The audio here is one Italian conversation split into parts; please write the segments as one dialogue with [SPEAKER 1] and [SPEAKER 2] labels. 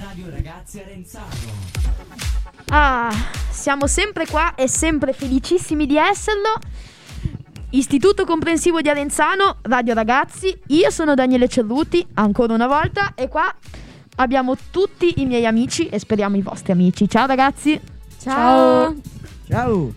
[SPEAKER 1] Radio Ragazzi Arenzano.
[SPEAKER 2] Ah, siamo sempre qua e sempre felicissimi di esserlo. Istituto Comprensivo di Arenzano, Radio Ragazzi, io sono Daniele Cerruti, ancora una volta, e qua abbiamo tutti i miei amici e speriamo i vostri amici. Ciao ragazzi!
[SPEAKER 3] Ciao.
[SPEAKER 4] Ciao.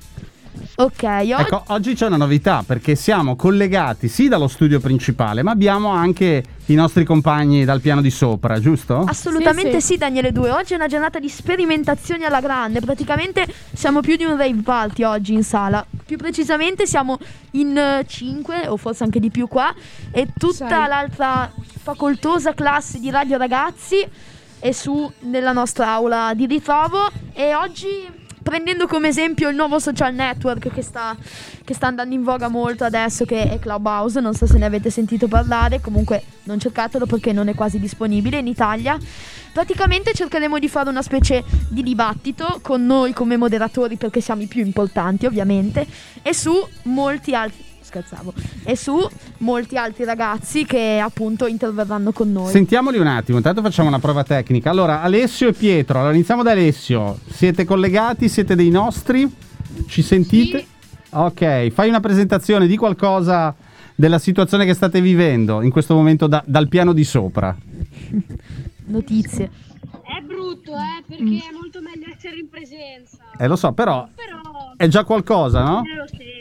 [SPEAKER 2] Ok, oggi...
[SPEAKER 5] Ecco, oggi c'è una novità perché siamo collegati sì dallo studio principale, ma abbiamo anche i nostri compagni dal piano di sopra, giusto?
[SPEAKER 2] Ah, Assolutamente
[SPEAKER 3] Sì,
[SPEAKER 2] sì, Daniele 2. Oggi è una giornata di sperimentazioni alla grande. Praticamente siamo più di un rave party oggi in sala. Più precisamente siamo in 5 o forse anche di più qua e tutta
[SPEAKER 3] Sai.
[SPEAKER 2] l'altra facoltosa classe di Radio Ragazzi è su nella nostra aula di ritrovo e oggi prendendo come esempio il nuovo social network che sta che sta andando in voga molto adesso che è Clubhouse, non so se ne avete sentito parlare, comunque non cercatelo perché non è quasi disponibile in Italia. Praticamente cercheremo di fare una specie di dibattito con noi come moderatori perché siamo i più importanti ovviamente e su molti altri scherzavo e su molti altri ragazzi che appunto interverranno con noi.
[SPEAKER 5] Sentiamoli un attimo, intanto facciamo una prova tecnica. Allora, Alessio e Pietro, allora iniziamo da Alessio. Siete collegati? Siete dei nostri? Ci sentite? Ok, fai una presentazione di qualcosa della situazione che state vivendo in questo momento da- dal piano di sopra.
[SPEAKER 2] Notizie.
[SPEAKER 6] È brutto, eh, perché è molto meglio essere in presenza.
[SPEAKER 5] Eh, lo so, però
[SPEAKER 6] Però
[SPEAKER 5] è già qualcosa, no?
[SPEAKER 6] è lo stesso.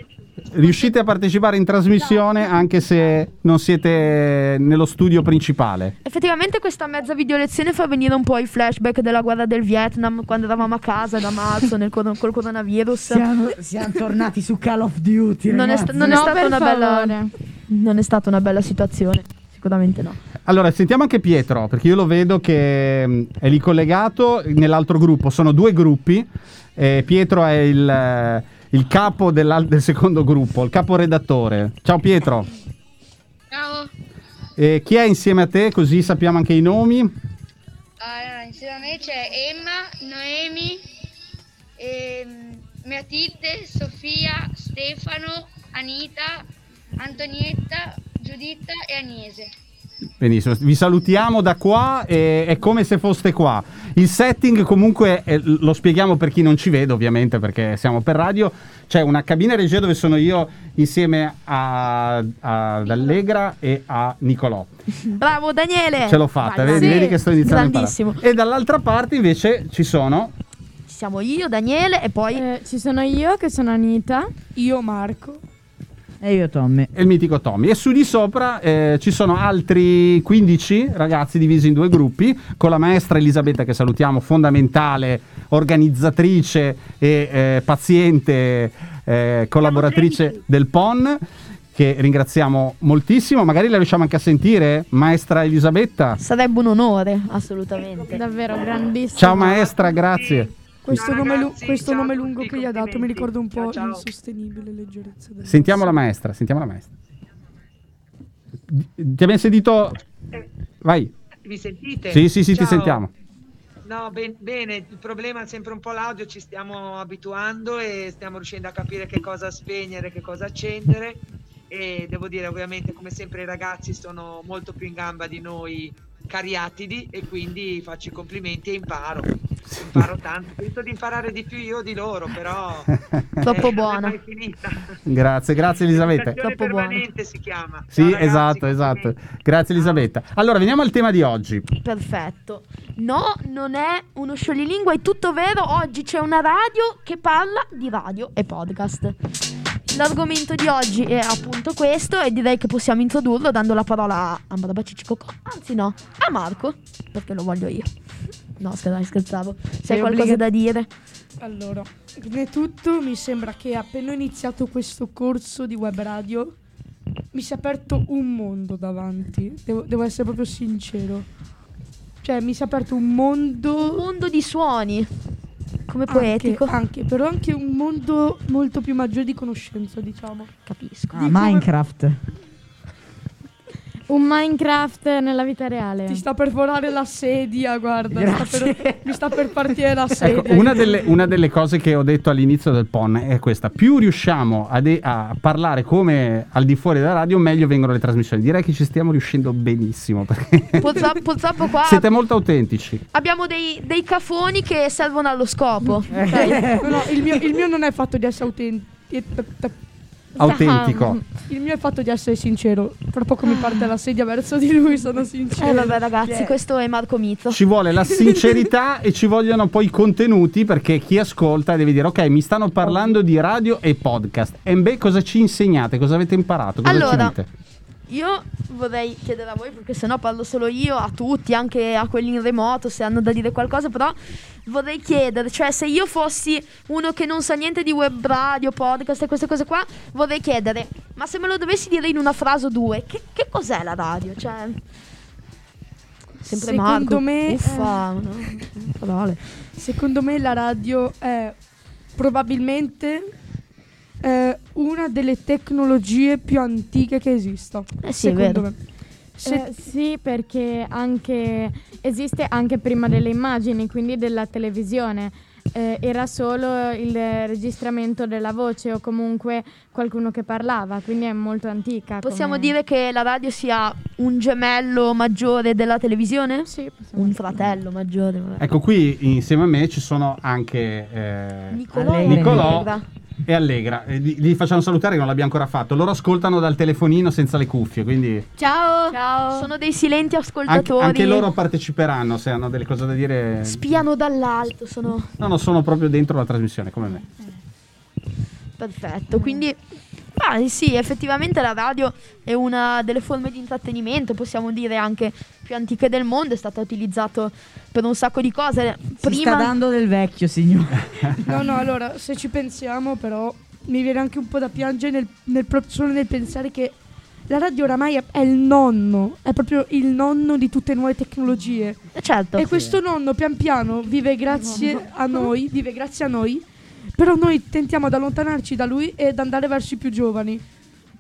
[SPEAKER 5] Riuscite a partecipare in trasmissione anche se non siete nello studio principale.
[SPEAKER 2] Effettivamente questa mezza videolezione fa venire un po' i flashback della guerra del Vietnam quando eravamo a casa da marzo nel cor- col coronavirus.
[SPEAKER 4] Siamo, siamo tornati su Call of Duty.
[SPEAKER 2] Non è,
[SPEAKER 4] ragazzi.
[SPEAKER 2] sta- non è
[SPEAKER 3] No,
[SPEAKER 2] stata
[SPEAKER 3] per
[SPEAKER 2] una bella,
[SPEAKER 3] favore.
[SPEAKER 2] non è stata una bella situazione. Sicuramente no.
[SPEAKER 5] Allora, sentiamo anche Pietro, perché io lo vedo che mh, è lì collegato nell'altro gruppo. Sono due gruppi. eh, Pietro è il, eh, il capo dell'al- del secondo gruppo, il caporedattore. Ciao Pietro.
[SPEAKER 6] Ciao.
[SPEAKER 5] Eh, chi è insieme a te? Così sappiamo anche i nomi.
[SPEAKER 6] Allora, insieme a me c'è Emma, Noemi, ehm, Matilde, Sofia, Stefano, Anita, Antonietta, Giuditta e Agnese.
[SPEAKER 5] Benissimo, vi salutiamo da qua, e è come se foste qua. Il setting comunque, eh, lo spieghiamo per chi non ci vede ovviamente perché siamo per radio, c'è una cabina regia dove sono io insieme a, a- ad Allegra e a Nicolò.
[SPEAKER 2] Bravo Daniele!
[SPEAKER 5] Ce l'ho fatta,
[SPEAKER 2] Vai,
[SPEAKER 5] vedi,
[SPEAKER 2] vai.
[SPEAKER 5] vedi che sto iniziando. a imparare.
[SPEAKER 2] Eh, Grandissimo.
[SPEAKER 5] E dall'altra parte invece ci sono...
[SPEAKER 2] Ci siamo io, Daniele e poi
[SPEAKER 3] Eh, ci sono io che sono Anita. Io Marco.
[SPEAKER 4] E io Tommy.
[SPEAKER 5] e il mitico Tommy. E su di sopra eh, ci sono altri 15 ragazzi divisi in due gruppi, con la maestra Elisabetta che salutiamo, fondamentale, organizzatrice e eh, paziente eh, collaboratrice del PON, che ringraziamo moltissimo. Magari la riusciamo anche a sentire, maestra Elisabetta.
[SPEAKER 2] sarebbe un onore, assolutamente.
[SPEAKER 3] Davvero grandissimo.
[SPEAKER 5] Ciao maestra, grazie.
[SPEAKER 7] Questo,
[SPEAKER 8] Ciao,
[SPEAKER 7] nome, lu-
[SPEAKER 8] ragazzi,
[SPEAKER 7] questo
[SPEAKER 8] ciao a
[SPEAKER 7] nome
[SPEAKER 8] tutti,
[SPEAKER 7] lungo che gli ha dato mi
[SPEAKER 8] complimenti.
[SPEAKER 7] ricorda un po'
[SPEAKER 8] Ciao, ciao.
[SPEAKER 7] l'insostenibile leggerezza. del-
[SPEAKER 5] Sentiamo la maestra, sentiamo la maestra. D- Ti abbiamo sentito... Vai.
[SPEAKER 8] Mi sentite?
[SPEAKER 5] Sì, sì, sì, ti
[SPEAKER 8] Ciao.
[SPEAKER 5] sentiamo.
[SPEAKER 8] No, ben- bene, il problema è sempre un po' l'audio, ci stiamo abituando e stiamo riuscendo a capire che cosa spegnere, che cosa accendere e devo dire ovviamente come sempre i ragazzi sono molto più in gamba di noi cariatidi e quindi faccio i complimenti e imparo, imparo tanto, penso di imparare di più io di loro però...
[SPEAKER 2] Troppo
[SPEAKER 8] eh, non è
[SPEAKER 2] buona.
[SPEAKER 8] mai finita.
[SPEAKER 5] Grazie, grazie Elisabetta.
[SPEAKER 8] Educazione
[SPEAKER 2] Troppo buona.
[SPEAKER 8] permanente si chiama.
[SPEAKER 5] Sì,
[SPEAKER 8] Ciao, ragazzi,
[SPEAKER 5] esatto, esatto.
[SPEAKER 8] complimenti.
[SPEAKER 5] Grazie Elisabetta. Allora, veniamo al tema di oggi.
[SPEAKER 2] Perfetto. No, non è uno scioglilingua, è tutto vero. Oggi c'è una radio che parla di radio e podcast. L'argomento di oggi è appunto questo e direi che possiamo introdurlo dando la parola a Ambraba Cicicocò. Anzi no, a Marco, perché lo voglio io. No, scherzo, scherzavo. Se hai
[SPEAKER 7] Sei
[SPEAKER 2] qualcosa
[SPEAKER 7] obbliga-
[SPEAKER 2] da dire.
[SPEAKER 7] Allora, prima di tutto mi sembra che appena ho iniziato questo corso di web radio mi si è aperto un mondo davanti. Devo, devo essere proprio sincero. Cioè, mi si è aperto un
[SPEAKER 2] Un
[SPEAKER 7] mondo...
[SPEAKER 2] mondo di suoni. Come
[SPEAKER 7] anche-
[SPEAKER 2] poetico.
[SPEAKER 7] anche, però anche un mondo molto più maggiore di conoscenza, diciamo.
[SPEAKER 2] Capisco.
[SPEAKER 4] Ah, Minecraft.
[SPEAKER 3] Un Minecraft nella vita reale.
[SPEAKER 7] Ti sta per volare la sedia, guarda.
[SPEAKER 4] Grazie.
[SPEAKER 7] Sta per- mi sta per partire la sedia.
[SPEAKER 5] Ecco, una delle, una delle cose che ho detto all'inizio del PON è questa: più riusciamo a, de- a parlare come al di fuori della radio, meglio vengono le trasmissioni. Direi che ci stiamo riuscendo benissimo. Perché
[SPEAKER 2] Purtro- purtroppo qua
[SPEAKER 5] siete molto autentici.
[SPEAKER 2] abbiamo dei, dei cafoni che servono allo scopo.
[SPEAKER 7] No, no, il mio, il mio non è fatto di essere autentico.
[SPEAKER 5] Autentico.
[SPEAKER 7] Il mio è fatto di essere sincero. Tra poco mi parte la sedia verso di lui, sono sincero.
[SPEAKER 2] Eh vabbè ragazzi, questo è Marco Mizzo.
[SPEAKER 5] Ci vuole la sincerità e ci vogliono poi i contenuti perché chi ascolta deve dire: Ok, mi stanno parlando di radio e podcast. E beh, cosa ci insegnate? Cosa avete imparato? Cosa ci
[SPEAKER 2] Allora,
[SPEAKER 5] dite?
[SPEAKER 2] Io vorrei chiedere a voi, perché sennò parlo solo io, a tutti, anche a quelli in remoto, se hanno da dire qualcosa, però vorrei chiedere, cioè se io fossi uno che non sa niente di web radio, podcast e queste cose qua, vorrei chiedere, ma se me lo dovessi dire in una frase o due, che, che cos'è la radio? Cioè... Sempre
[SPEAKER 7] Secondo
[SPEAKER 2] Marco.
[SPEAKER 7] me,
[SPEAKER 2] Uffa, no? Parole.
[SPEAKER 7] Secondo me la radio è probabilmente eh, una delle tecnologie più antiche che esista.
[SPEAKER 2] Eh sì, è
[SPEAKER 7] secondo
[SPEAKER 2] vero.
[SPEAKER 7] me. Se-
[SPEAKER 3] Eh, sì, perché anche esiste anche prima delle immagini, quindi della televisione. Eh, era solo il registramento della voce o comunque qualcuno che parlava, quindi è molto antica.
[SPEAKER 2] Possiamo
[SPEAKER 3] come-
[SPEAKER 2] dire che la radio sia un gemello maggiore della televisione?
[SPEAKER 3] Sì, possiamo
[SPEAKER 2] Un
[SPEAKER 3] dire.
[SPEAKER 2] fratello maggiore. vabbè.
[SPEAKER 5] Ecco, qui insieme a me ci sono anche eh,
[SPEAKER 2] Nicolò.
[SPEAKER 4] Allegra.
[SPEAKER 5] Nicolò
[SPEAKER 2] Allegra.
[SPEAKER 5] e Allegra. Eh, Li, li facciamo salutare che non l'abbiamo ancora fatto. Loro ascoltano dal telefonino senza le cuffie, quindi
[SPEAKER 2] Ciao.
[SPEAKER 3] Ciao.
[SPEAKER 2] Sono dei silenti
[SPEAKER 5] anche,
[SPEAKER 2] ascoltatori.
[SPEAKER 5] anche loro parteciperanno se hanno delle cose da dire.
[SPEAKER 2] Spiano dall'alto, sono
[SPEAKER 5] No, no, sono proprio dentro la trasmissione, come me.
[SPEAKER 2] perfetto. Quindi, ma sì, effettivamente la radio è una delle forme di intrattenimento, possiamo dire anche più antiche del mondo. È stata utilizzata per un sacco di cose.
[SPEAKER 4] Si sta
[SPEAKER 2] Prima,
[SPEAKER 4] dando del vecchio, signore.
[SPEAKER 7] no, no, allora, se ci pensiamo però mi viene anche un po' da piangere nel, nel pro- solo nel pensare che la radio oramai è, è il nonno, è proprio il nonno di tutte le nuove tecnologie.
[SPEAKER 2] certo,
[SPEAKER 7] E questo nonno pian piano vive grazie a noi, vive grazie a noi, però noi tentiamo ad allontanarci da lui ed andare verso i più giovani.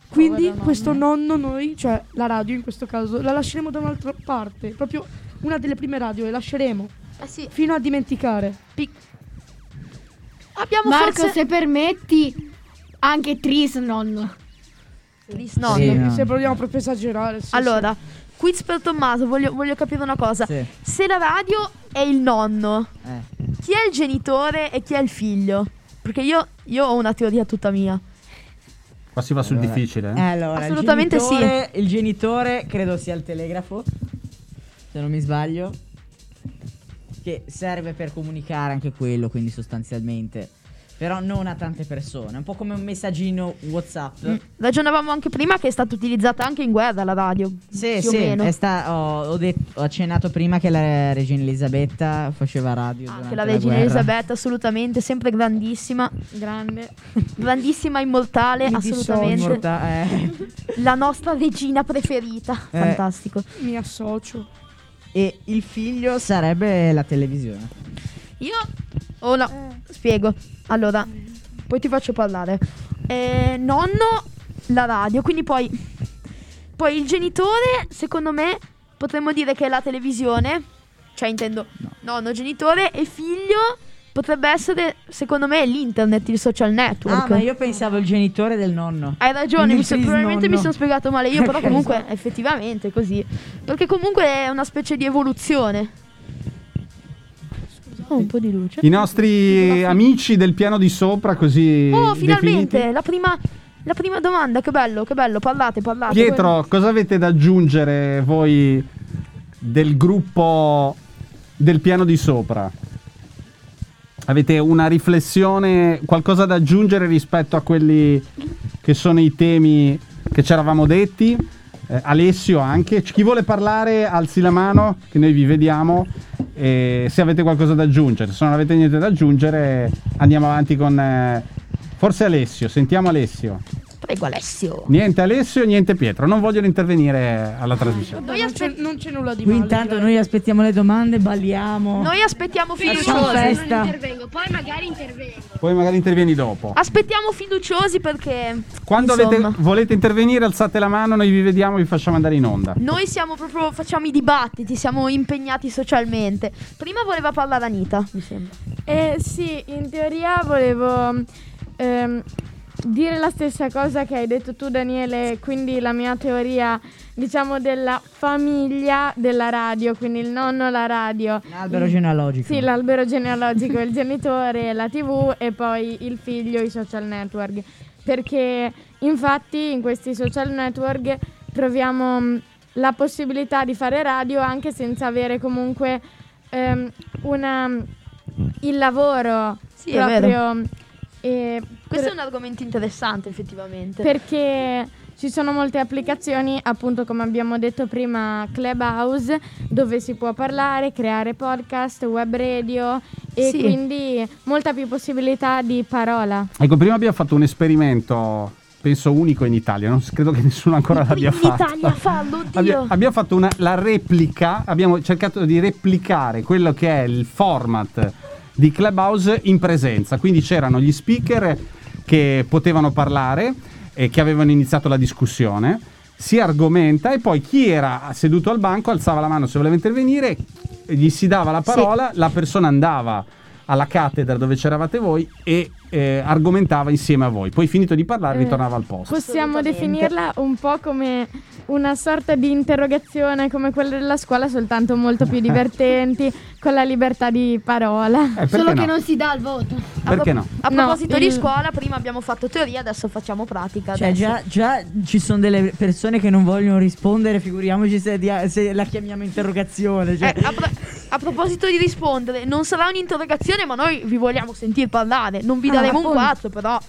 [SPEAKER 7] Quindi
[SPEAKER 3] Povero
[SPEAKER 7] questo nonno noi, cioè la radio in questo caso, la lasceremo da un'altra parte, proprio una delle prime radio, le lasceremo
[SPEAKER 2] Eh sì,
[SPEAKER 7] fino a dimenticare.
[SPEAKER 2] pic- abbiamo
[SPEAKER 9] Marco,
[SPEAKER 2] forse
[SPEAKER 9] se permetti, anche Tris nonno.
[SPEAKER 2] Tris- no,
[SPEAKER 4] Sì,
[SPEAKER 2] no.
[SPEAKER 4] no.
[SPEAKER 7] Se proviamo proprio a esagerare. sì,
[SPEAKER 2] Allora, quiz per Tommaso, voglio, voglio capire una cosa.
[SPEAKER 4] Sì.
[SPEAKER 2] Se la radio è il nonno,
[SPEAKER 4] Eh.
[SPEAKER 2] chi è il genitore e chi è il figlio? Perché io, io ho una teoria tutta mia.
[SPEAKER 5] Qua si va sul
[SPEAKER 4] Allora.
[SPEAKER 5] difficile. eh.
[SPEAKER 4] Allora, il
[SPEAKER 2] Assolutamente sì.
[SPEAKER 4] genitore- Il genitore credo sia il telegrafo, se non mi sbaglio, che serve per comunicare anche quello, quindi sostanzialmente. Però non a tante persone, un po' come un messaggino WhatsApp.
[SPEAKER 2] Mm, Ragionavamo anche prima che è stata utilizzata anche in guerra la radio.
[SPEAKER 4] Sì,
[SPEAKER 2] più o
[SPEAKER 4] sì,
[SPEAKER 2] meno.
[SPEAKER 4] è sta- ho, ho detto- ho accennato prima che la regina Elisabetta faceva radio.
[SPEAKER 2] Anche
[SPEAKER 4] durante
[SPEAKER 2] Ah, la regina
[SPEAKER 4] guerra.
[SPEAKER 2] Elisabetta, assolutamente, sempre grandissima.
[SPEAKER 3] Grande.
[SPEAKER 2] Grandissima, immortale,
[SPEAKER 4] Mi
[SPEAKER 2] assolutamente.
[SPEAKER 4] dissocio, ta- eh.
[SPEAKER 2] La nostra regina preferita.
[SPEAKER 4] Eh.
[SPEAKER 2] Fantastico.
[SPEAKER 7] sì. Mi associo.
[SPEAKER 4] E il figlio sarebbe la televisione.
[SPEAKER 2] Io oh no,
[SPEAKER 4] Eh.
[SPEAKER 2] spiego. Allora, poi ti faccio parlare. Eh, nonno, la radio, quindi poi, poi il genitore, secondo me, potremmo dire che è la televisione, cioè intendo nonno, genitore e figlio potrebbe essere, secondo me, l'internet, il social network.
[SPEAKER 4] Ah, ma io pensavo il genitore del nonno.
[SPEAKER 2] Hai ragione,
[SPEAKER 4] Il
[SPEAKER 2] mi so-
[SPEAKER 4] trisnonno.
[SPEAKER 2] probabilmente mi sono spiegato male io, però
[SPEAKER 4] Ok.
[SPEAKER 2] comunque effettivamente è così. Perché comunque è una specie di evoluzione. Oh, un po' di luce.
[SPEAKER 5] I nostri amici del piano di sopra, così.
[SPEAKER 2] Oh,
[SPEAKER 5] definiti.
[SPEAKER 2] finalmente! La prima, la prima domanda, che bello, che bello, parlate, parlate.
[SPEAKER 5] Pietro, cosa avete da aggiungere voi del gruppo del piano di sopra? Avete una riflessione, qualcosa da aggiungere rispetto a quelli che sono i temi che ci eravamo detti? Eh, Alessio anche. C- Chi vuole parlare alzi la mano, che noi vi vediamo. E se avete qualcosa da aggiungere, se non avete niente da aggiungere, andiamo avanti con... eh, forse Alessio, sentiamo Alessio.
[SPEAKER 2] Poi- Prego Alessio.
[SPEAKER 5] Niente Alessio, niente Pietro, non vogliono intervenire alla trasmissione.
[SPEAKER 7] Vabbè, non, c'è, non c'è nulla di
[SPEAKER 4] Qui
[SPEAKER 7] male.
[SPEAKER 4] intanto
[SPEAKER 7] direi.
[SPEAKER 4] noi aspettiamo le domande, balliamo.
[SPEAKER 2] Noi aspettiamo
[SPEAKER 4] Facciamo
[SPEAKER 2] fiduciosi.
[SPEAKER 4] festa.
[SPEAKER 6] non intervengo, poi magari intervengo.
[SPEAKER 5] Poi magari intervieni dopo.
[SPEAKER 2] Aspettiamo fiduciosi perché
[SPEAKER 5] Quando
[SPEAKER 2] insomma,
[SPEAKER 5] avete- volete intervenire alzate la mano, noi vi vediamo e vi facciamo andare in onda.
[SPEAKER 2] noi siamo proprio facciamo i dibattiti, siamo impegnati socialmente. Prima voleva parlare Anita, mi sembra.
[SPEAKER 3] Eh, sì, in teoria volevo ehm, dire la stessa cosa che hai detto tu Daniele, quindi la mia teoria diciamo della famiglia della radio, quindi il nonno la radio.
[SPEAKER 4] Un albero genealogico.
[SPEAKER 3] Sì, l'albero genealogico, il genitore, la tv e poi il figlio, i social network. Perché infatti in questi social network troviamo mh, la possibilità di fare radio anche senza avere comunque ehm, una, il lavoro
[SPEAKER 2] Sì, è
[SPEAKER 3] proprio.
[SPEAKER 2] vero.
[SPEAKER 3] mh, e
[SPEAKER 2] Questo è un
[SPEAKER 3] per-
[SPEAKER 2] argomento interessante effettivamente.
[SPEAKER 3] perché ci sono molte applicazioni, appunto come abbiamo detto prima, Clubhouse, dove si può parlare, creare podcast, web radio e
[SPEAKER 2] Sì.
[SPEAKER 3] quindi molta più possibilità di parola.
[SPEAKER 5] Ecco, prima abbiamo fatto un esperimento, penso unico in Italia, non s- credo che nessuno ancora l'abbia
[SPEAKER 2] in
[SPEAKER 5] fatto.
[SPEAKER 2] Italia fallo, oddio.
[SPEAKER 5] Abbia- abbiamo fatto una, la replica, abbiamo cercato di replicare quello che è il format di Clubhouse in presenza, quindi c'erano gli speaker che potevano parlare e che avevano iniziato la discussione, si argomenta e poi chi era seduto al banco alzava la mano se voleva intervenire, gli si dava la parola, la persona andava alla cattedra dove c'eravate voi e eh, argomentava insieme a voi, poi finito di parlare
[SPEAKER 3] Eh,
[SPEAKER 5] ritornava al posto.
[SPEAKER 3] Possiamo
[SPEAKER 2] Assolutamente.
[SPEAKER 3] definirla un po' come una sorta di interrogazione come quella della scuola, soltanto molto più divertenti, con la libertà di parola.
[SPEAKER 5] Eh, perché
[SPEAKER 9] Solo che
[SPEAKER 5] no?
[SPEAKER 9] non si dà il voto.
[SPEAKER 5] Perché no?
[SPEAKER 2] A
[SPEAKER 3] No,
[SPEAKER 2] proposito di
[SPEAKER 3] il-
[SPEAKER 2] scuola, prima abbiamo fatto teoria, adesso facciamo pratica.
[SPEAKER 4] Cioè,
[SPEAKER 2] adesso.
[SPEAKER 4] già, già ci sono delle persone che non vogliono rispondere, figuriamoci se, dia- se la chiamiamo interrogazione. Cioè.
[SPEAKER 2] Eh, a, pro- a proposito di rispondere, non sarà un'interrogazione, ma noi vi vogliamo sentir parlare. Non vi
[SPEAKER 3] Ah,
[SPEAKER 2] daremo un
[SPEAKER 3] appunto.
[SPEAKER 2] 4, però.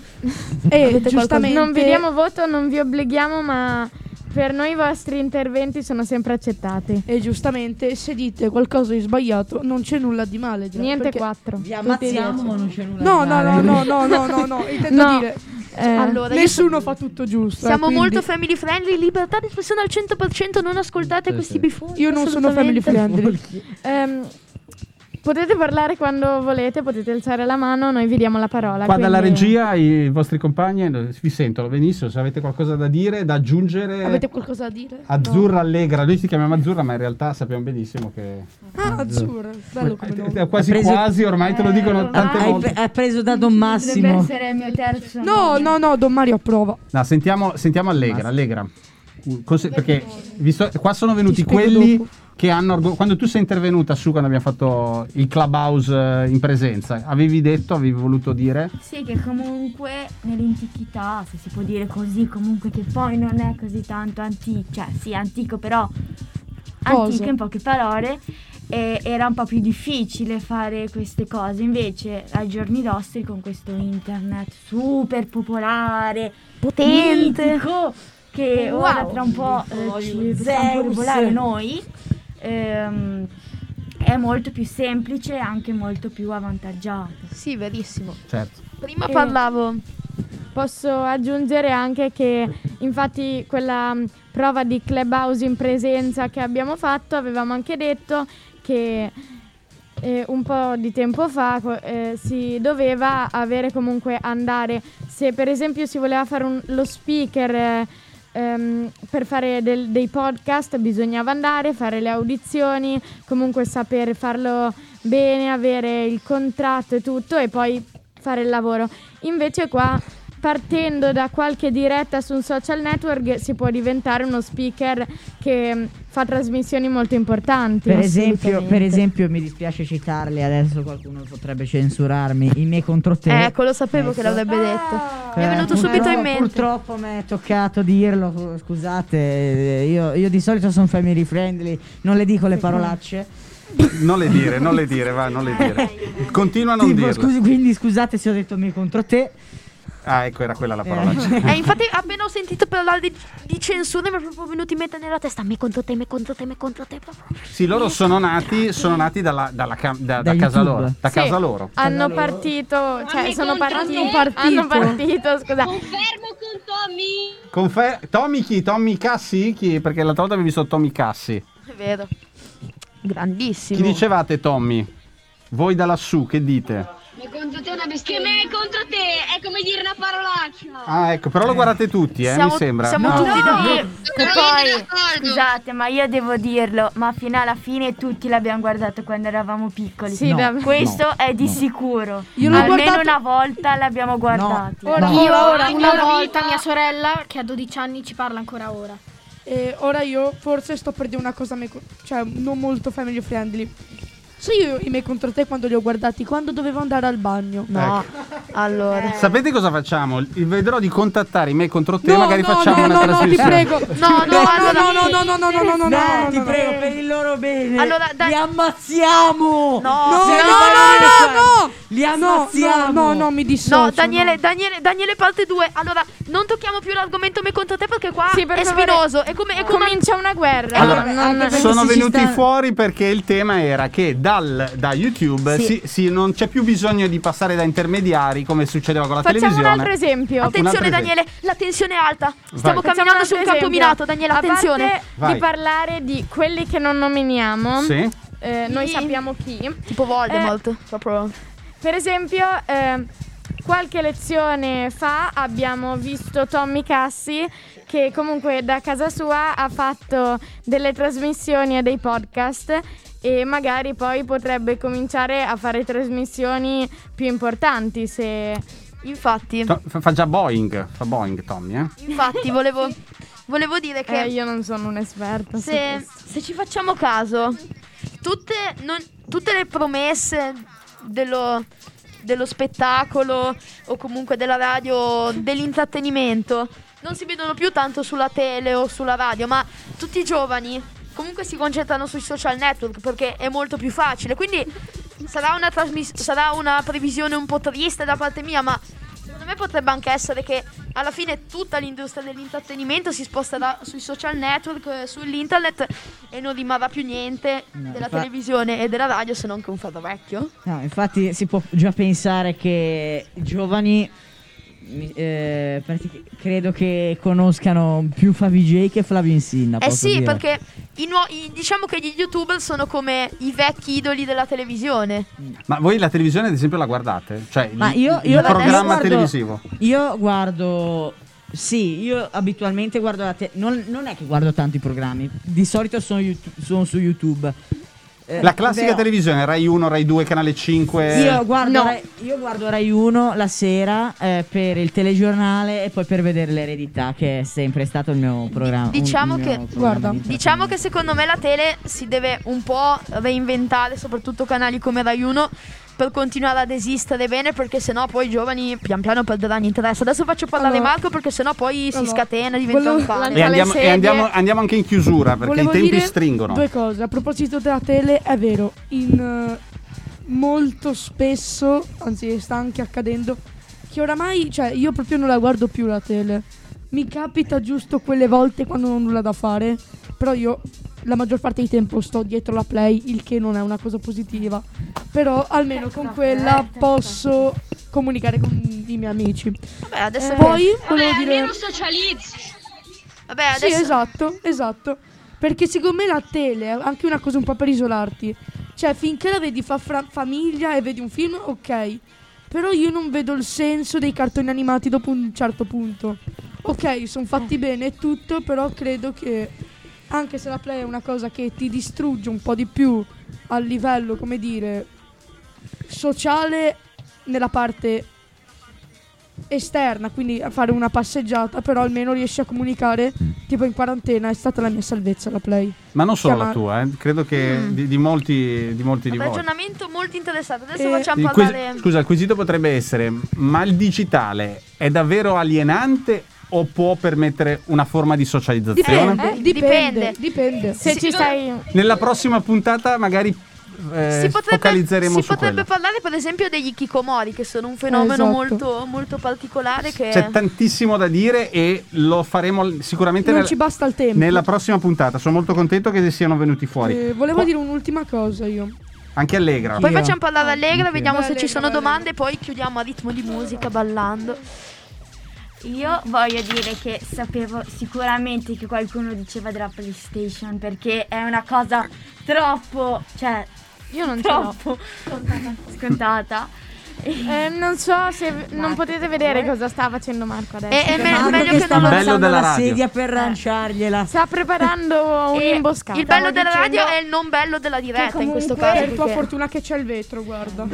[SPEAKER 7] Eh,
[SPEAKER 2] Avete
[SPEAKER 7] giustamente.
[SPEAKER 3] Non vi diamo voto, non vi obblighiamo, ma per noi i vostri interventi sono sempre accettati.
[SPEAKER 7] E Eh, giustamente, se dite qualcosa di sbagliato, non c'è nulla di male. direi,
[SPEAKER 3] Niente
[SPEAKER 7] perché-
[SPEAKER 3] quattro.
[SPEAKER 4] Vi ammazziamo, ma non c'è nulla
[SPEAKER 7] No,
[SPEAKER 4] da
[SPEAKER 7] no, no,
[SPEAKER 4] fare.
[SPEAKER 7] no, no, no, no, no. Intendo
[SPEAKER 3] No,
[SPEAKER 7] dire,
[SPEAKER 3] Eh,
[SPEAKER 2] allora, io
[SPEAKER 7] nessuno fa tutto giusto. eh,
[SPEAKER 2] Siamo
[SPEAKER 7] quindi
[SPEAKER 2] molto family friendly, libertà di espressione al 100%, non ascoltate
[SPEAKER 4] Sì,
[SPEAKER 2] questi
[SPEAKER 4] sì.
[SPEAKER 2] bifoni.
[SPEAKER 7] Io non sono family
[SPEAKER 2] assolutamente.
[SPEAKER 7] friendly.
[SPEAKER 3] ehm, potete parlare quando volete, potete alzare la mano, noi vi diamo la parola.
[SPEAKER 5] Qua dalla
[SPEAKER 3] quindi-
[SPEAKER 5] regia i vostri compagni eh, vi sentono benissimo. Se avete qualcosa da dire, da aggiungere,
[SPEAKER 7] Avete qualcosa da dire?
[SPEAKER 5] Azzurra Allegra. Noi ti chiamiamo Azzurra, ma in realtà sappiamo benissimo che.
[SPEAKER 7] Ah, azzurra. Bello come
[SPEAKER 5] Eh,
[SPEAKER 7] nome.
[SPEAKER 5] Quasi
[SPEAKER 4] Ha preso-
[SPEAKER 5] quasi, ormai
[SPEAKER 7] Eh,
[SPEAKER 5] te lo dicono tante
[SPEAKER 4] Hai
[SPEAKER 5] volte.
[SPEAKER 4] pre- ha preso da Don
[SPEAKER 9] Dovrebbe
[SPEAKER 4] Massimo.
[SPEAKER 9] essere il mio terzo.
[SPEAKER 7] No, no, no, Don Mario approva.
[SPEAKER 5] No, sentiamo, sentiamo Allegra.
[SPEAKER 4] Basta.
[SPEAKER 5] Allegra. Uh, cos- perché vi sto- qua sono venuti
[SPEAKER 7] Ti spiego
[SPEAKER 5] quelli
[SPEAKER 7] dopo.
[SPEAKER 5] che hanno. argo- quando tu sei intervenuta su, quando abbiamo fatto il clubhouse eh, in presenza, avevi detto, avevi voluto dire.
[SPEAKER 10] Sì, che comunque nell'antichità, se si può dire così, comunque che poi non è così tanto antico, cioè sì, antico però
[SPEAKER 7] Cosa?
[SPEAKER 10] antico in poche parole, eh, era un po' più difficile fare queste cose, invece ai giorni nostri con questo internet super popolare,
[SPEAKER 2] Potente.
[SPEAKER 10] mitico, che
[SPEAKER 2] Wow.
[SPEAKER 10] ora tra un po' eh, ci possiamo
[SPEAKER 4] Zeus.
[SPEAKER 10] popolare noi, ehm, è molto più semplice e anche molto più avvantaggiato.
[SPEAKER 2] Sì, verissimo.
[SPEAKER 5] Certo.
[SPEAKER 2] Prima
[SPEAKER 3] Eh.
[SPEAKER 2] parlavo.
[SPEAKER 3] Posso aggiungere anche che infatti quella mh, prova di clubhouse in presenza che abbiamo fatto avevamo anche detto che eh, un po' di tempo fa co- eh, si doveva avere comunque andare se per esempio si voleva fare un- lo speaker eh, ehm, per fare del- dei podcast bisognava andare, fare le audizioni, comunque sapere farlo bene, avere il contratto e tutto e poi fare il lavoro. Invece qua partendo da qualche diretta su un social network si può diventare uno speaker che mh, fa trasmissioni molto importanti.
[SPEAKER 4] Per esempio, per
[SPEAKER 3] Assolutamente.
[SPEAKER 4] esempio, mi dispiace citarli, adesso qualcuno potrebbe censurarmi. I miei contro te.
[SPEAKER 2] Ecco, lo sapevo che
[SPEAKER 4] Ecco.
[SPEAKER 2] l'avrebbe detto. mi è
[SPEAKER 4] Eh,
[SPEAKER 2] venuto
[SPEAKER 4] purtroppo-
[SPEAKER 2] subito in mente.
[SPEAKER 4] Purtroppo mi è toccato dirlo, scusate, eh, io, io di solito sono family friendly, non le dico le parolacce.
[SPEAKER 5] Non le dire, non le dire, va, non le dire. Continua a non
[SPEAKER 4] Tipo,
[SPEAKER 5] dirle.
[SPEAKER 4] scusi, quindi scusate se ho detto me contro te.
[SPEAKER 5] Ah, ecco, era quella la parola.
[SPEAKER 2] Eh, infatti, appena ho sentito parlare di, di censura, mi è proprio venuto in mente nella testa: me contro te, me contro te, me contro te.
[SPEAKER 3] Cioè,
[SPEAKER 5] Sì, loro sono nati, sono nati dalla, dalla cam- da, da
[SPEAKER 4] Da
[SPEAKER 5] casa
[SPEAKER 4] YouTube.
[SPEAKER 5] loro. Da
[SPEAKER 3] Sì,
[SPEAKER 5] casa loro.
[SPEAKER 3] Hanno partito, cioè
[SPEAKER 6] mi
[SPEAKER 3] sono
[SPEAKER 6] contro
[SPEAKER 3] partiti,
[SPEAKER 6] te.
[SPEAKER 3] hanno partito, scusa.
[SPEAKER 6] Confermo con Tommy.
[SPEAKER 5] Confer- Tommy chi? Tommy Cassi? Chi? Perché l'altra volta avevi visto Tommy Cassi.
[SPEAKER 2] È vero, grandissimo.
[SPEAKER 5] Chi dicevate Tommy? Voi da lassù, che dite?
[SPEAKER 6] Me contro te è una bestemmia. Che me è contro te è come dire una parolaccia.
[SPEAKER 5] Ah, ecco, però lo guardate tutti, eh, mi sembra.
[SPEAKER 2] siamo
[SPEAKER 5] No.
[SPEAKER 2] tutti
[SPEAKER 10] E
[SPEAKER 2] d'accordo.
[SPEAKER 10] poi, scusate, ma io devo dirlo, ma fino alla fine tutti l'abbiamo guardato quando eravamo piccoli.
[SPEAKER 3] Sì,
[SPEAKER 4] No.
[SPEAKER 3] da-
[SPEAKER 10] Questo
[SPEAKER 4] No,
[SPEAKER 10] è di
[SPEAKER 4] no.
[SPEAKER 10] sicuro.
[SPEAKER 7] Io l'ho
[SPEAKER 10] Almeno
[SPEAKER 7] guardato-
[SPEAKER 10] una volta l'abbiamo guardato.
[SPEAKER 7] Ora,
[SPEAKER 4] No.
[SPEAKER 7] ora, ora,
[SPEAKER 9] Io una
[SPEAKER 7] ora,
[SPEAKER 9] volta mia sorella, che ha 12 anni, ci parla ancora ora.
[SPEAKER 7] eh, ora io forse sto per dire una cosa, me co- cioè non molto family friendly. So io i miei contro te quando li ho guardati, quando dovevo andare al bagno.
[SPEAKER 2] No,
[SPEAKER 5] Ecco.
[SPEAKER 3] Eh,
[SPEAKER 2] allora.
[SPEAKER 5] Sapete cosa facciamo? Il- Vedrò di contattare i me contro te, magari
[SPEAKER 7] no,
[SPEAKER 5] facciamo
[SPEAKER 7] no,
[SPEAKER 5] una
[SPEAKER 7] no, no, ti
[SPEAKER 5] trasmissione. Eh,
[SPEAKER 7] prego.
[SPEAKER 2] No, no,
[SPEAKER 7] no,
[SPEAKER 2] allora-
[SPEAKER 7] no, no, no, no, no, no, no, no,
[SPEAKER 4] No,
[SPEAKER 7] no,
[SPEAKER 4] ti
[SPEAKER 7] no, no.
[SPEAKER 4] prego, per il loro bene.
[SPEAKER 2] Allora, dai.
[SPEAKER 4] Li
[SPEAKER 2] No,
[SPEAKER 4] ammazziamo.
[SPEAKER 7] No,
[SPEAKER 2] no,
[SPEAKER 4] Se
[SPEAKER 7] no,
[SPEAKER 4] li
[SPEAKER 7] no,
[SPEAKER 5] cioè,
[SPEAKER 4] dai,
[SPEAKER 7] no, no.
[SPEAKER 4] Li
[SPEAKER 7] No,
[SPEAKER 4] ammazziamo.
[SPEAKER 7] No, no, no, mi dissocio.
[SPEAKER 2] No, Daniele, Daniele, Daniele, parte 2. Allora, non tocchiamo più l'argomento me contro te perché qua
[SPEAKER 3] Sì, per
[SPEAKER 2] è
[SPEAKER 3] favore.
[SPEAKER 2] spinoso. È come, è come
[SPEAKER 3] Comincia una guerra.
[SPEAKER 5] Allora,
[SPEAKER 3] non-
[SPEAKER 7] anche perché
[SPEAKER 5] Sono
[SPEAKER 7] si
[SPEAKER 5] venuti
[SPEAKER 7] sta-
[SPEAKER 5] fuori perché il tema era che dal, da YouTube si- si- non c'è più bisogno di passare da intermediari come succedeva con la
[SPEAKER 3] Facciamo un
[SPEAKER 5] televisione.
[SPEAKER 3] altro esempio.
[SPEAKER 5] Atten-
[SPEAKER 2] Attenzione,
[SPEAKER 5] altro
[SPEAKER 2] Daniele, la tensione è alta. Stiamo
[SPEAKER 5] Vai.
[SPEAKER 2] camminando su un campo minato, Daniele,
[SPEAKER 3] A
[SPEAKER 2] attenzione.
[SPEAKER 3] parte
[SPEAKER 5] Vai.
[SPEAKER 3] di parlare di quelli che non nominiamo,
[SPEAKER 5] Sì?
[SPEAKER 3] eh, noi
[SPEAKER 2] Sì.
[SPEAKER 3] sappiamo chi.
[SPEAKER 2] Tipo Voldemort. Proprio.
[SPEAKER 3] Per esempio, eh, qualche lezione fa abbiamo visto Tommy Cassi che comunque da casa sua ha fatto delle trasmissioni e dei podcast e magari poi potrebbe cominciare a fare trasmissioni più importanti se...
[SPEAKER 2] Infatti,
[SPEAKER 5] To- fa- fa già Boeing, fa Boeing Tommy, eh?
[SPEAKER 2] infatti, volevo, volevo dire che
[SPEAKER 3] Eh, io non sono
[SPEAKER 2] Certo.
[SPEAKER 3] un'esperta. su
[SPEAKER 2] se,
[SPEAKER 3] questo.
[SPEAKER 2] se ci facciamo caso, tutte, non- tutte le promesse dello, dello spettacolo o comunque della radio, dell'intrattenimento, non si vedono più tanto sulla tele o sulla radio, ma tutti i giovani comunque si concentrano sui social network perché è molto più facile. Quindi sarà una, trasmis- sarà una previsione un po' triste da parte mia, ma secondo me potrebbe anche essere che alla fine tutta l'industria dell'intrattenimento si sposterà sui social network, eh, sull'internet e non rimarrà più niente
[SPEAKER 4] No,
[SPEAKER 2] della
[SPEAKER 4] infa-
[SPEAKER 2] televisione e della radio se non che un fatto vecchio.
[SPEAKER 4] No, infatti si può già pensare che i giovani mi- eh, pratic- credo che conoscano più Favi J che Flavio Insinna.
[SPEAKER 2] Eh
[SPEAKER 4] posso
[SPEAKER 2] sì,
[SPEAKER 4] dire.
[SPEAKER 2] perché i nuo- i- diciamo che gli youtuber sono come i vecchi idoli della televisione.
[SPEAKER 5] Ma voi la televisione, ad esempio, la guardate? Cioè, il-
[SPEAKER 4] Ma io-
[SPEAKER 5] il
[SPEAKER 4] io la- io
[SPEAKER 5] programma
[SPEAKER 4] guardo-
[SPEAKER 5] televisivo.
[SPEAKER 4] Io guardo. Sì, io abitualmente guardo la te- non, non è che guardo tanti programmi. Di solito sono, YouTube- sono su YouTube. Eh,
[SPEAKER 5] La classica
[SPEAKER 4] però-
[SPEAKER 5] televisione, Rai 1, Rai 2, Canale 5.
[SPEAKER 4] Io guardo,
[SPEAKER 2] No.
[SPEAKER 4] Rai, io guardo Rai 1 la sera eh, per il telegiornale e poi per vedere l'eredità, che è sempre stato il mio programma. un-
[SPEAKER 2] diciamo
[SPEAKER 4] il mio
[SPEAKER 2] che-
[SPEAKER 4] programma
[SPEAKER 7] guarda,
[SPEAKER 4] di
[SPEAKER 2] Diciamo che secondo me la tele si deve un po' reinventare, soprattutto canali come Rai 1 per continuare ad esistere bene perché sennò poi i giovani pian piano perderanno interesse. Adesso faccio parlare
[SPEAKER 7] Allora-
[SPEAKER 2] Marco perché sennò poi si
[SPEAKER 7] Allora,
[SPEAKER 2] scatena, diventa
[SPEAKER 7] volevo-
[SPEAKER 2] un fan.
[SPEAKER 5] e
[SPEAKER 7] alle
[SPEAKER 5] andiamo, e
[SPEAKER 7] sedie.
[SPEAKER 5] andiamo- andiamo anche in chiusura perché
[SPEAKER 7] Volevo
[SPEAKER 5] i tempi
[SPEAKER 7] dire
[SPEAKER 5] stringono.
[SPEAKER 7] Due cose, a proposito della tele, è vero, in eh, molto spesso, anzi sta anche accadendo, che oramai, cioè io proprio non la guardo più la tele. Mi capita giusto quelle volte quando non ho nulla da fare, però io la maggior parte del tempo sto dietro la play, il che non è una cosa positiva. Però almeno con quella posso comunicare con i miei amici.
[SPEAKER 2] Vabbè, adesso
[SPEAKER 7] Eh,
[SPEAKER 2] che-
[SPEAKER 7] poi
[SPEAKER 6] Vabbè,
[SPEAKER 7] volevo dire...
[SPEAKER 6] almeno socializzi.
[SPEAKER 2] Vabbè, adesso
[SPEAKER 7] Sì, esatto, esatto. Perché secondo me la tele è anche una cosa un po' per isolarti. Cioè, finché la vedi fa fra- famiglia e vedi un film, ok. Però io non vedo il senso dei cartoni animati dopo un certo punto. Ok, sono fatti bene e tutto, però credo che anche se la play è una cosa che ti distrugge un po' di più a livello, come dire, sociale nella parte esterna, quindi a fare una passeggiata, però almeno riesci a comunicare.
[SPEAKER 5] Mm.
[SPEAKER 7] Tipo in quarantena è stata la mia salvezza la play.
[SPEAKER 5] Ma non solo la
[SPEAKER 7] Chiama-
[SPEAKER 5] tua, eh, credo che di, di molti di, molti di
[SPEAKER 2] un
[SPEAKER 5] voi.
[SPEAKER 2] ragionamento molto interessante. Adesso
[SPEAKER 7] Eh,
[SPEAKER 2] facciamo
[SPEAKER 5] Il quis-
[SPEAKER 2] parlare.
[SPEAKER 5] scusa, il quesito potrebbe essere: ma il digitale è davvero alienante o può permettere una forma di socializzazione?
[SPEAKER 7] Dipende,
[SPEAKER 2] Eh,
[SPEAKER 7] dipende,
[SPEAKER 2] dipende.
[SPEAKER 7] dipende.
[SPEAKER 3] Se ci sei...
[SPEAKER 5] Nella prossima puntata, magari eh,
[SPEAKER 2] si potrebbe,
[SPEAKER 5] focalizzeremo
[SPEAKER 2] si
[SPEAKER 5] su
[SPEAKER 2] potrebbe
[SPEAKER 5] quello.
[SPEAKER 2] parlare per esempio degli kikomori che sono un fenomeno
[SPEAKER 7] esatto.
[SPEAKER 2] molto, molto particolare che
[SPEAKER 5] C'è tantissimo da dire e lo faremo l- sicuramente
[SPEAKER 7] Non
[SPEAKER 5] nel-
[SPEAKER 7] ci basta il tempo.
[SPEAKER 5] nella prossima puntata. Sono molto contento che siano venuti fuori. Oh.
[SPEAKER 7] Eh, volevo
[SPEAKER 5] Po-
[SPEAKER 7] dire un'ultima cosa io.
[SPEAKER 5] Anche Allegra.
[SPEAKER 2] poi facciamo
[SPEAKER 5] Ah,
[SPEAKER 2] parlare Allegra,
[SPEAKER 4] Anch'io.
[SPEAKER 2] vediamo se
[SPEAKER 7] Allegra,
[SPEAKER 2] ci sono
[SPEAKER 7] Allegra.
[SPEAKER 2] domande e poi chiudiamo a ritmo di musica ballando.
[SPEAKER 10] Io voglio dire che sapevo sicuramente che qualcuno diceva della PlayStation perché è una cosa troppo, cioè
[SPEAKER 3] Io non ce l'ho.
[SPEAKER 10] troppo scontata.
[SPEAKER 3] Eh, non so se v- non potete vedere cosa sta facendo Marco adesso.
[SPEAKER 2] E, e Eh, me-
[SPEAKER 4] Ah,
[SPEAKER 3] Marco
[SPEAKER 2] meglio che
[SPEAKER 11] sta
[SPEAKER 2] non Eh. lo
[SPEAKER 5] Bello
[SPEAKER 11] abbassando
[SPEAKER 5] della
[SPEAKER 11] la
[SPEAKER 5] radio.
[SPEAKER 11] sedia per lanciargliela.
[SPEAKER 3] Sta preparando
[SPEAKER 2] E
[SPEAKER 3] un'imboscata.
[SPEAKER 2] Eh, Il bello
[SPEAKER 3] Stavo
[SPEAKER 2] della radio
[SPEAKER 3] dicendo-
[SPEAKER 2] è il non bello della diretta in questo
[SPEAKER 7] Per
[SPEAKER 2] caso.
[SPEAKER 7] tua
[SPEAKER 2] perché-
[SPEAKER 7] fortuna che c'è il vetro, guarda.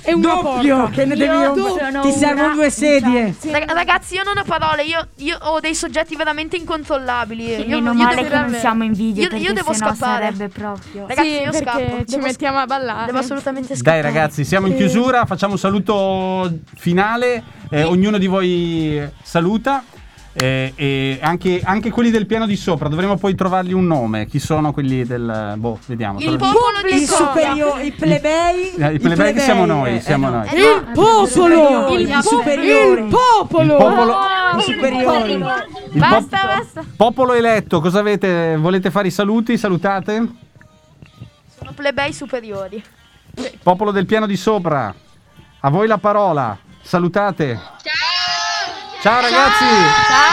[SPEAKER 7] È una
[SPEAKER 11] Doppio,
[SPEAKER 7] porta.
[SPEAKER 11] che ne devi
[SPEAKER 10] Io
[SPEAKER 11] un...
[SPEAKER 10] sono
[SPEAKER 11] Ti servono
[SPEAKER 10] una-
[SPEAKER 2] diciamo.
[SPEAKER 11] due sedie.
[SPEAKER 2] Rag- Ragazzi, io non ho parole, io, io ho dei soggetti veramente incontrollabili.
[SPEAKER 10] Sì,
[SPEAKER 2] Io,
[SPEAKER 10] meno
[SPEAKER 2] io
[SPEAKER 10] male
[SPEAKER 2] devo-
[SPEAKER 10] che non siamo in video
[SPEAKER 2] Io-
[SPEAKER 10] perché
[SPEAKER 2] io devo
[SPEAKER 10] sennò
[SPEAKER 2] scappare.
[SPEAKER 10] sarebbe proprio
[SPEAKER 2] Ragazzi,
[SPEAKER 3] sì,
[SPEAKER 2] io
[SPEAKER 3] perché
[SPEAKER 2] scappo.
[SPEAKER 3] ci
[SPEAKER 2] Devo-
[SPEAKER 3] mettiamo a ballare.
[SPEAKER 2] Devo assolutamente scappare.
[SPEAKER 5] Dai ragazzi, siamo in chiusura, facciamo un saluto finale, eh, ognuno di voi saluta eh, e anche, anche quelli del piano di sopra, dovremo poi trovargli un nome, chi sono quelli del... boh, vediamo.
[SPEAKER 2] Il
[SPEAKER 5] troviamo.
[SPEAKER 2] popolo di
[SPEAKER 11] I
[SPEAKER 2] Soria.
[SPEAKER 11] superiori, i plebei.
[SPEAKER 5] Eh, I plebei che siamo noi, siamo noi.
[SPEAKER 2] Eh,
[SPEAKER 7] Il
[SPEAKER 2] no,
[SPEAKER 7] popolo!
[SPEAKER 11] superiori,
[SPEAKER 7] Il,
[SPEAKER 11] i superiori.
[SPEAKER 7] il popolo!
[SPEAKER 5] Il popolo,
[SPEAKER 2] Ah,
[SPEAKER 11] superiori.
[SPEAKER 5] il pop- popolo eletto, cosa avete? Volete fare i saluti? Salutate?
[SPEAKER 2] Sono plebei superiori.
[SPEAKER 5] Popolo del piano di sopra, a voi la parola, salutate. Ciao! Ciao ragazzi!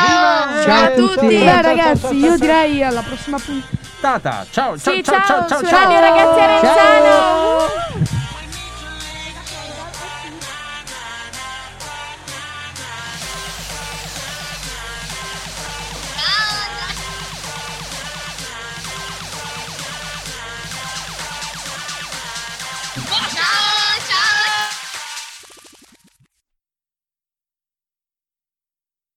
[SPEAKER 5] Viva!
[SPEAKER 2] Ciao a
[SPEAKER 5] Eh,
[SPEAKER 2] tutti!
[SPEAKER 7] Beh, ragazzi, io direi alla prossima puntata.
[SPEAKER 5] Tata. Ciao, ciao,
[SPEAKER 3] Sì,
[SPEAKER 5] ciao, ciao, ciao,
[SPEAKER 3] su
[SPEAKER 5] ciao.
[SPEAKER 3] Radio Ragazzi Arenzano.
[SPEAKER 5] Ciao.